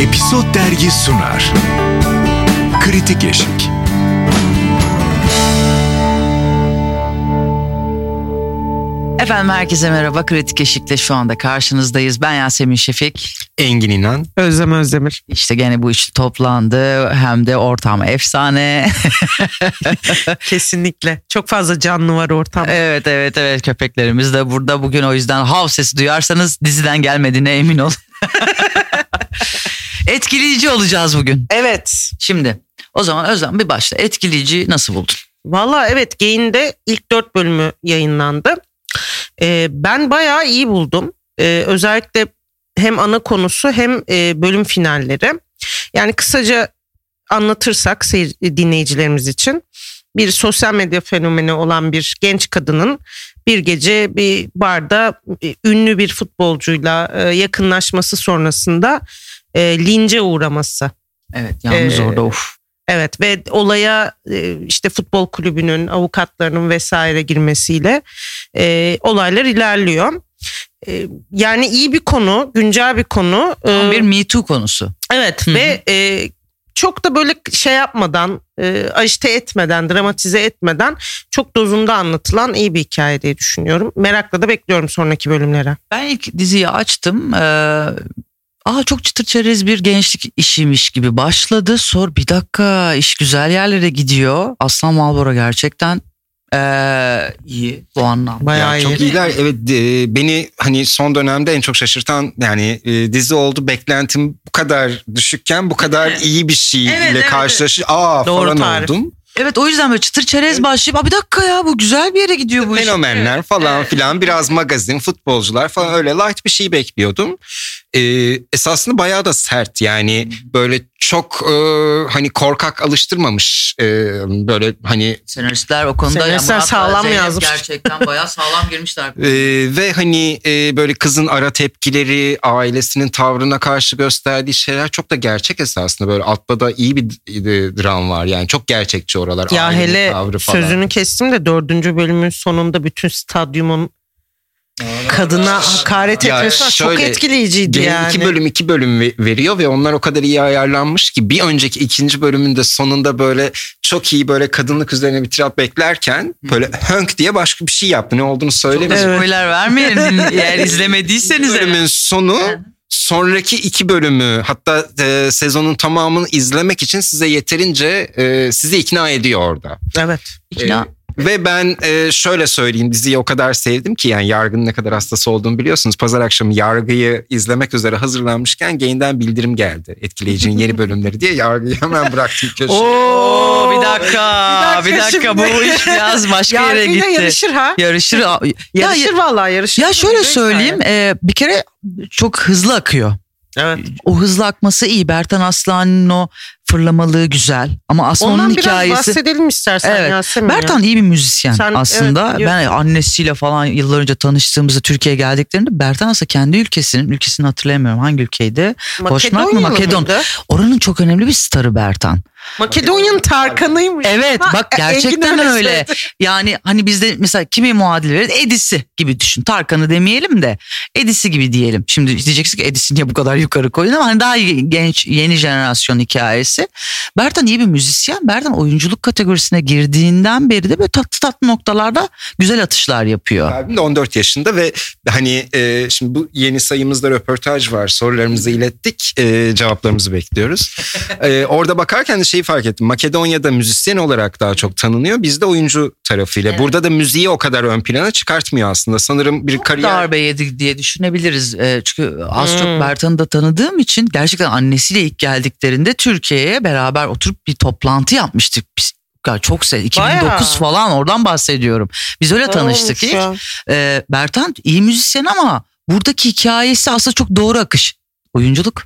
Episod Dergi sunar. Kritik Eşik. Efendim herkese merhaba. Kritik Eşik'te şu anda karşınızdayız. Ben Yasemin Şefik. Engin İnan. Özlem Özdemir. İşte gene bu iş toplandı. Hem de ortam efsane. Kesinlikle. Çok fazla canlı var ortamda. evet evet evet köpeklerimiz de burada. Bugün o yüzden hav sesi duyarsanız diziden gelmediğine emin olun. Etkileyici olacağız bugün. Evet. Şimdi o zaman Özlem bir başla. Etkileyici nasıl buldun? Valla evet Gain'de ilk dört bölümü yayınlandı. Ee, ben bayağı iyi buldum. Ee, özellikle hem ana konusu hem e, bölüm finalleri. Yani kısaca anlatırsak seyir, e, dinleyicilerimiz için bir sosyal medya fenomeni olan bir genç kadının bir gece bir barda e, ünlü bir futbolcuyla e, yakınlaşması sonrasında e, lince uğraması. Evet yalnız Ee, orada of. Evet ve olaya e, işte futbol kulübünün, avukatlarının vesaire girmesiyle e, olaylar ilerliyor. E, yani iyi bir konu, güncel bir konu. E, Tam bir Me Too konusu. Evet Hı hı. ve e, çok da böyle şey yapmadan, e, ajite etmeden, dramatize etmeden çok dozunda anlatılan iyi bir hikaye diye düşünüyorum. Merakla da bekliyorum sonraki bölümlere. Ben ilk diziyi açtım. Ee, Aa çok çıtır çerez bir gençlik işiymiş gibi başladı. Sor bir dakika iş güzel yerlere gidiyor. Aslan Malbora gerçekten ee, iyi bu anlamda. Bayağı Ya çok iyi. iyiler. Evet e, beni hani son dönemde en çok şaşırtan yani e, dizi oldu. Beklentim bu kadar düşükken bu kadar iyi bir şeyle Evet, ile evet. karşılaşı aa Doğru falan tarif. oldum. Evet o yüzden böyle çıtır çerez başlayıp Aa, bir dakika ya bu güzel bir yere gidiyor bu iş. Fenomenler falan filan biraz magazin, futbolcular falan öyle light bir şey bekliyordum. E, esasında bayağı da sert yani böyle çok e, hani korkak alıştırmamış e, böyle hani Senaristler o konuda Senaristler Murat ve sağlam Zeynep yazmış. Gerçekten bayağı sağlam girmişler. Ee, ve hani e, böyle kızın ara tepkileri, ailesinin tavrına karşı gösterdiği şeyler çok da gerçek esasında. Böyle Atba'da iyi bir e, dram var yani çok gerçekçi oralar. Ya ailenin hele tavrı falan. sözünü kestim de dördüncü bölümün sonunda bütün stadyumun kadına hakaret Ya etmesi çok şöyle, etkileyiciydi Gene yani. iki bölüm iki bölüm ve- veriyor ve onlar o kadar iyi ayarlanmış ki bir önceki ikinci bölümün de sonunda böyle çok iyi böyle kadınlık üzerine bir tirat beklerken böyle hönk diye başka bir şey yaptı. Ne olduğunu Çok da söylemiyor. spoiler vermeyelim din- eğer izlemediyseniz. İlk bölümün sonu sonraki iki bölümü hatta e, sezonun tamamını izlemek için size yeterince e, sizi ikna ediyor orada. Evet. E, İkna- Ve ben e, şöyle söyleyeyim diziyi o kadar sevdim ki yani yargının ne kadar hastası olduğumu biliyorsunuz. Pazar akşamı yargıyı izlemek üzere hazırlanmışken Gain'den bildirim geldi. Etkileyicinin yeni bölümleri diye yargıyı hemen bıraktım köşeye. Oo, bir dakika, bir Bir dakika, dakika bu şimdi. iş biraz başka yere Yargıyla gitti. yarışır ha. Yarışır. Ya, Yarışır ya, vallahi yarışır. ya şöyle Yarışır söyleyeyim, e, bir kere çok hızlı akıyor. yani. Evet. O hızlı akması iyi. Bertan Aslan'ın o fırlamalığı güzel ama Aslan'ın Ondan biraz hikayesi. bahsedelim istersen Evet. Yasemin. ya. Bertan iyi bir müzisyen Sen- aslında. evet, biliyorum. ben annesiyle falan yıllar önce tanıştığımızda Türkiye'ye geldiklerinde Bertan aslında kendi ülkesinin, ülkesini hatırlayamıyorum hangi ülkeydi. Boşnak mı, Makedonya Makedon? mıydı? Oranın çok önemli bir starı Bertan. Makedonya'nın Tarkan'ıymış. Evet Ha, bak e, Engin gerçekten öyle. söyledi. Yani hani bizde mesela kimi muadil veririz? Edisi gibi düşün. Tarkan'ı demeyelim de Edisi gibi diyelim. Şimdi diyeceksin ki Edisi niye bu kadar yukarı koydun ama hani daha iyi genç yeni jenerasyon hikayesi. Bertan iyi bir müzisyen. Bertan oyunculuk kategorisine girdiğinden beri de böyle tatlı tatlı noktalarda güzel atışlar yapıyor. Abim de 14 yaşında ve hani e, şimdi bu yeni sayımızda röportaj var. Sorularımızı ilettik. e, cevaplarımızı bekliyoruz. E, orada bakarken de şeyi fark ettim. Makedonya'da müzisyen olarak daha çok tanınıyor. Bizde oyuncu tarafıyla. Burada da müziği o kadar ön plana çıkartmıyor aslında. Sanırım bir kariyer... darbe yedi diye düşünebiliriz. Ee, çünkü az Hmm. çok Bertan'ı da tanıdığım için gerçekten annesiyle ilk geldiklerinde Türkiye'ye beraber oturup bir toplantı yapmıştık biz. Ya çok sen 2009 Bayağı. falan oradan bahsediyorum. Biz öyle tanıştık Olmuş ilk. ya. Ee, Bertan iyi müzisyen ama buradaki hikayesi aslında çok doğru akış. Oyunculuk.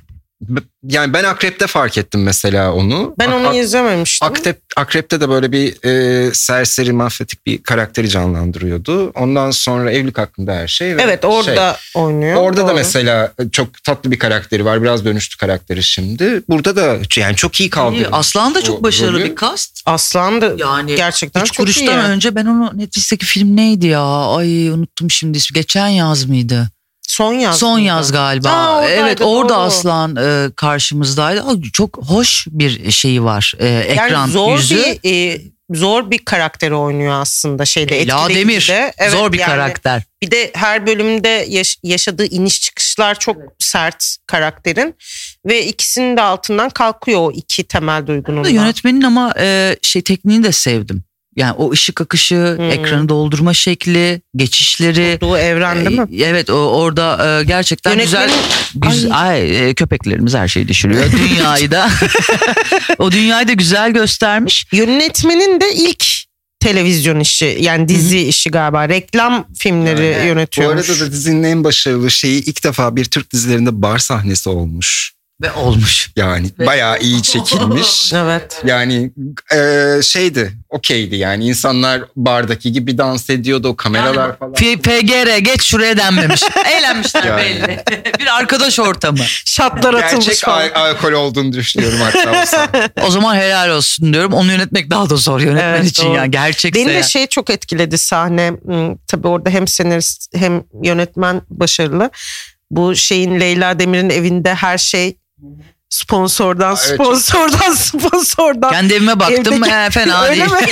Yani ben Akrep'te fark ettim mesela onu. Ben Ak- onu ak- izlememiştim. Akrep, Akrep'te de böyle bir e, serseri mafyatik bir karakteri canlandırıyordu. Ondan sonra evlilik hakkında her şey. ve evet şey- orada oynuyor. Orada da Doğru. mesela e, çok tatlı bir karakteri var. Biraz dönüştü karakteri şimdi. Burada da yani çok iyi kaldı. Ee, Aslan da çok O başarılı rolü. bir kast. Aslan da Yani gerçekten Üç çok iyi. kuruştan önce ben onu Netflix'teki film neydi ya? Ay unuttum şimdi. ismi. Geçen yaz mıydı? Son yaz. Son mıydı? yaz galiba. Aa, oradaydı, evet orada doğru. aslan e, karşımızdaydı. Ay, Çok hoş bir şeyi var e, ekran yani zor yüzü. bir e, zor bir karakteri oynuyor aslında şeyde. Ela etkileyici Demir. de. Evet, zor bir yani karakter. Bir de her bölümde yaş- yaşadığı iniş çıkışlar çok sert karakterin ve ikisinin de altından kalkıyor o iki temel duygunun. da. Yönetmenin ama e, şey tekniğini de sevdim. Yani o ışık akışı, Hmm. ekranı doldurma şekli, geçişleri. Doğu evren Ee, değil mi? E, Evet o, orada e, gerçekten güzel. Yönetmenin- güzel ay, e, köpeklerimiz her şeyi düşürüyor. Dünyayı da. o dünyayı da güzel göstermiş. Yönetmenin de ilk televizyon işi yani dizi işi galiba reklam filmleri Yani, Bu yönetiyormuş. arada da dizinin en başarılı şeyi ilk defa bir Türk dizilerinde bar sahnesi olmuş. Ve olmuş. Yani Ve- bayağı iyi çekilmiş. Evet. Yani e, şeydi, okeydi yani insanlar bardaki gibi dans ediyordu o kameralar falan. F- FGR geç şuraya denmemiş. Eğlenmişler Yani. belli. bir arkadaş ortamı. Şatlar atılmış Gerçek falan. al- alkol olduğunu düşünüyorum hatta. o sahne. O zaman helal olsun diyorum. Onu yönetmek daha da zor yönetmen Evet, için doğru. ya. Gerçekse Beni de ya. şey çok etkiledi sahne. Hmm, Tabii orada hem senarist hem yönetmen başarılı. Bu şeyin Leyla Demir'in evinde her şey sponsordan Evet, çok- sponsordan sponsordan. Kendi evime baktım Evdeki- he, fena Öyle değil. mi?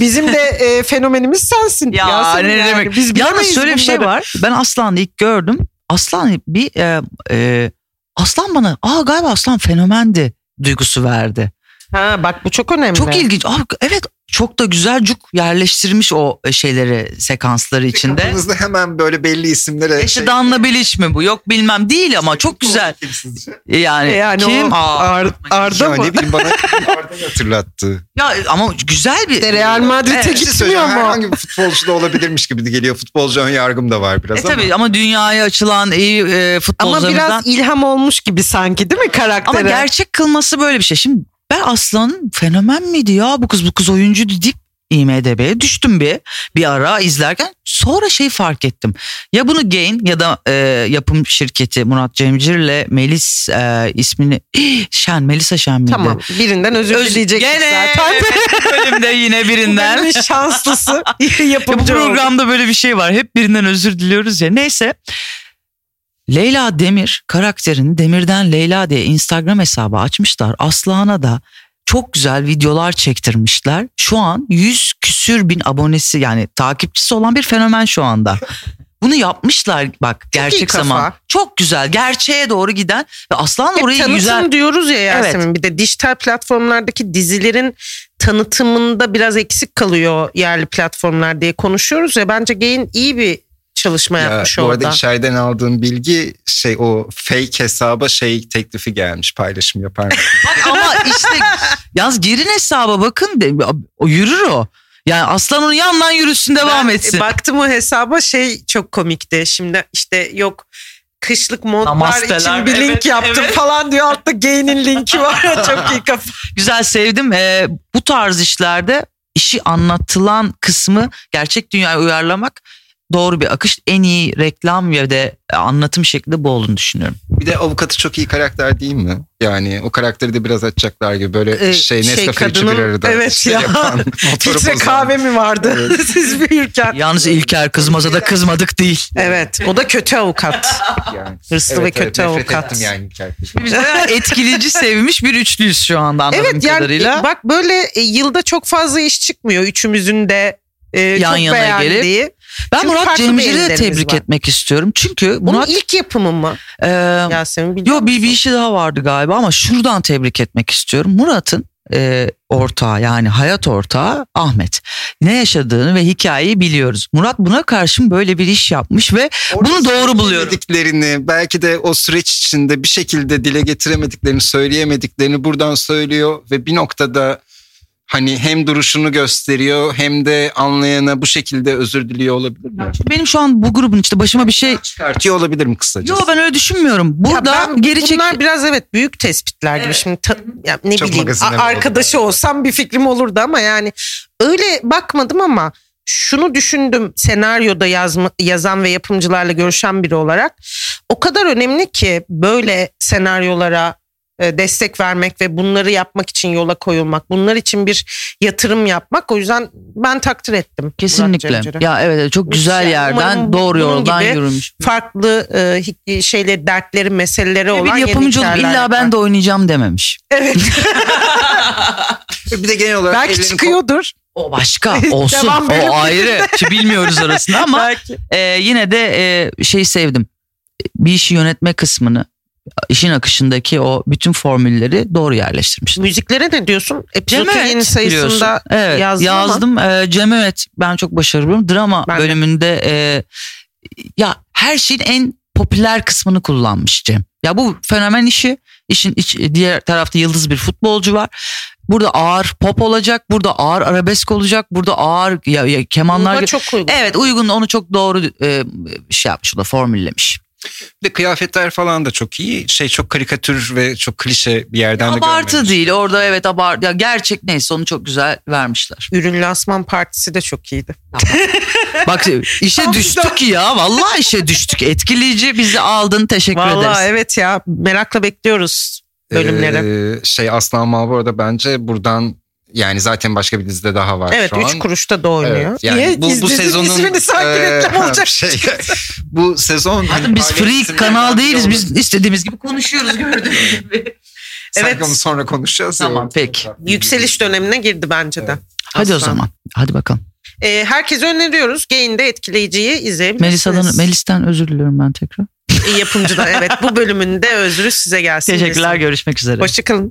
Bizim de e, fenomenimiz sensin. Ya, Yasemin ne yani. demek? Biz Yalnız bilemeyiz şöyle bir şey bunları. var. Ben Aslan'ı ilk gördüm. Aslan bir e, e, Aslan bana aa galiba Aslan fenomendi duygusu verdi. Ha, bak bu çok önemli. Çok ilginç. Aa, evet çok da güzel cuk yerleştirmiş o e, şeyleri sekansları içinde. Kafanızda hemen böyle belli isimlere... şey- İşte Danla Bilic mi bu? Yok bilmem değil ama çok güzel. E, Yani, E, Yani kim? o Aa, Ar- Arda Ya mı? ne bileyim bana Arda'yı hatırlattı. ya ama güzel bir E, De Real Madrid'e Evet. Bir şey gitmiyor söyleyeyim, mu? herhangi bir futbolcu da olabilirmiş gibi geliyor. Futbolcu ön yargım da var biraz E ama. tabii ama dünyaya açılan iyi e, Ama futbolcularımızdan. biraz ilham olmuş gibi sanki değil mi karaktere? Ama gerçek kılması böyle bir şey. Şimdi ben Aslan'ın fenomen miydi ya bu kız bu kız oyuncuydu deyip IMDB'ye düştüm bir bir ara izlerken sonra şeyi fark ettim. Ya bunu Gain ya da e, yapım şirketi Murat Cemcir'le Melis e, ismini Şen Melisa Şen miydi? Tamam birinden özür Öz- dileyecektik Gene zaten. bölümde yine birinden. Bugünün şanslısı Ya bu yapımcı oldu. programda böyle bir şey var. Hep birinden özür diliyoruz ya. Neyse. Leyla Demir karakterini Demir'den Leyla diye Instagram hesabı açmışlar. Aslan'a da çok güzel videolar çektirmişler. Şu an 100 küsür bin abonesi yani takipçisi olan bir fenomen şu anda. Bunu yapmışlar bak gerçek kafa. zaman. Çok güzel gerçeğe doğru giden ve Aslan Hep orayı tanıtım güzel diyoruz ya Evet. Yasemin bir de dijital platformlardaki dizilerin tanıtımında biraz eksik kalıyor yerli platformlar diye konuşuyoruz ya bence Gain iyi bir çalışma Ya, yapmış bu orada. arada içeriden aldığım bilgi şey o fake hesaba şey teklifi gelmiş paylaşım yapar mısın? Ama işte yalnız girin hesaba bakın de, o yürür o. Yani aslan onun yandan yürüsün devam Ben, etsin. e, Baktım o hesaba şey çok komikti. Şimdi işte yok kışlık modlar Namasteler, için bir link evet, yaptım evet. falan diyor. Altta Gain'in linki var. çok iyi kafa. Güzel sevdim. Ee, bu tarz işlerde işi anlatılan kısmı gerçek dünyaya uyarlamak doğru bir akış. En iyi reklam ve de anlatım şekli bu olduğunu düşünüyorum. bir de avukatı çok iyi karakter değil mi? Yani o karakteri de biraz açacaklar gibi böyle Ee, şey şey, Nescafe içi bir kadının- arada evet şey ya. yapan, motoru Filtre bozan. kahve mi vardı Evet. siz büyürken? Yalnız İlker kızmasa da kızmadık değil. Evet o da kötü avukat. Yani. Hırslı Evet, ve evet, kötü nefret avukat. ettim yani hikaye. Biz bayağı etkileyici sevmiş bir üçlüyüz şu anda anladığım Evet yani kadarıyla. e, bak böyle e, yılda çok fazla iş çıkmıyor. Üçümüzün de e, Yan çok yana beğendiği. ben çünkü Murat farklı bir Cemcir'i de ellerimiz tebrik var. etmek istiyorum. Çünkü Bunun Murat ilk yapımı mı e, Yasemin? biliyor Yo bir, bir musun? işi daha vardı galiba ama şuradan tebrik etmek istiyorum. Murat'ın e, ortağı yani hayat ortağı Ahmet. Ne yaşadığını ve hikayeyi biliyoruz. Murat buna karşın böyle bir iş yapmış ve Bunu doğru buluyorum. Söylemediklerini, Belki de o süreç içinde bir şekilde dile getiremediklerini, söyleyemediklerini buradan söylüyor ve bir noktada hani hem duruşunu gösteriyor hem de anlayana bu şekilde özür diliyor olabilir mi? benim şu an bu grubun işte başıma bir şey... Çıkartıyor olabilir mi Yo kısacası? ben öyle düşünmüyorum. Ya Burada ben- geri çek... Bunlar biraz evet büyük tespitler gibi. Evet. Şimdi ta- ya ne Çok bileyim magazine a- mi oldu arkadaşı yani? olsam bir fikrim olurdu ama yani öyle bakmadım ama şunu düşündüm senaryoda yazma, yazan ve yapımcılarla görüşen biri olarak. O kadar önemli ki böyle senaryolara e, destek vermek ve bunları yapmak için yola koyulmak, bunlar için bir yatırım yapmak. O yüzden ben takdir ettim. Murat Kesinlikle. Cevcer'i. Ya evet evet, çok güzel Müzisyen. yerden Umarım doğru bunun yoldan gibi yürümüş. Farklı e, hi- şeyleri, dertleri, meseleleri Ve olan bir yeni yapımcı olup hikayeler illa yapar." ben de oynayacağım dememiş. Bir de genel olarak Belki ellerini ko- çıkıyordur. O başka Devam olsun bölümünde. o ayrı. Ki bilmiyoruz arasında ama Belki. e, yine de e, şey sevdim. Bir işi yönetme kısmını işin akışındaki o bütün formülleri doğru yerleştirmiş. Müziklere ne diyorsun? Cem Epizodun yeni Evet biliyorsun. sayısında evet, yazdın ama- yazdım. Ee, Cem Evet ben çok başarılı buluyorum. Drama Ben de. bölümünde e, ya her şeyin en popüler kısmını kullanmış Cem. Ya bu fenomen işi işin iç- diğer tarafta yıldız bir futbolcu var. Burada ağır pop olacak, burada ağır arabesk olacak, burada ağır ya, ya kemanlar. bunlar çok uygun. Evet uygun onu çok doğru e, şey yapmış o da formüllemiş. Bir de kıyafetler falan da çok iyi. Şey çok karikatür ve çok klişe bir yerden de Abartı görmemiş. değil orada evet abart ya gerçek neyse onu çok güzel vermişler. Ürün lansman partisi de çok iyiydi. Bak işe düştük ya. Vallahi işe düştük. Etkileyici bizi aldın. Teşekkür ederiz. Vallahi evet ya merakla bekliyoruz bölümleri. Ee, şey Aslan Mavro da bence buradan yani zaten başka bir dizide daha var evet şu an. 3 kuruşta da oynuyor. Evet, yani Niye bu, bu izledik? sezonun ismini sanki e, reklam olacak. şey, bu sezon Zaten biz ailesinin freak kanal reklam değiliz. yolunu- Biz istediğimiz gibi konuşuyoruz gördüğünüz gibi. Sanki Evet. onu sonra konuşacağız. ya. Tamam, peki. Yükseliş dönemine girdi bence de. Hadi o Aslan. zaman. Hadi bakalım. Ee, herkese öneriyoruz. Gain'de etkileyiciyi izleyebilirsiniz. Melisa'dan, Melis'ten özür diliyorum ben tekrar. İyi yapımcıdan evet bu bölümünde özrü size gelsin. Teşekkürler. Görüşmek üzere. Hoşçakalın.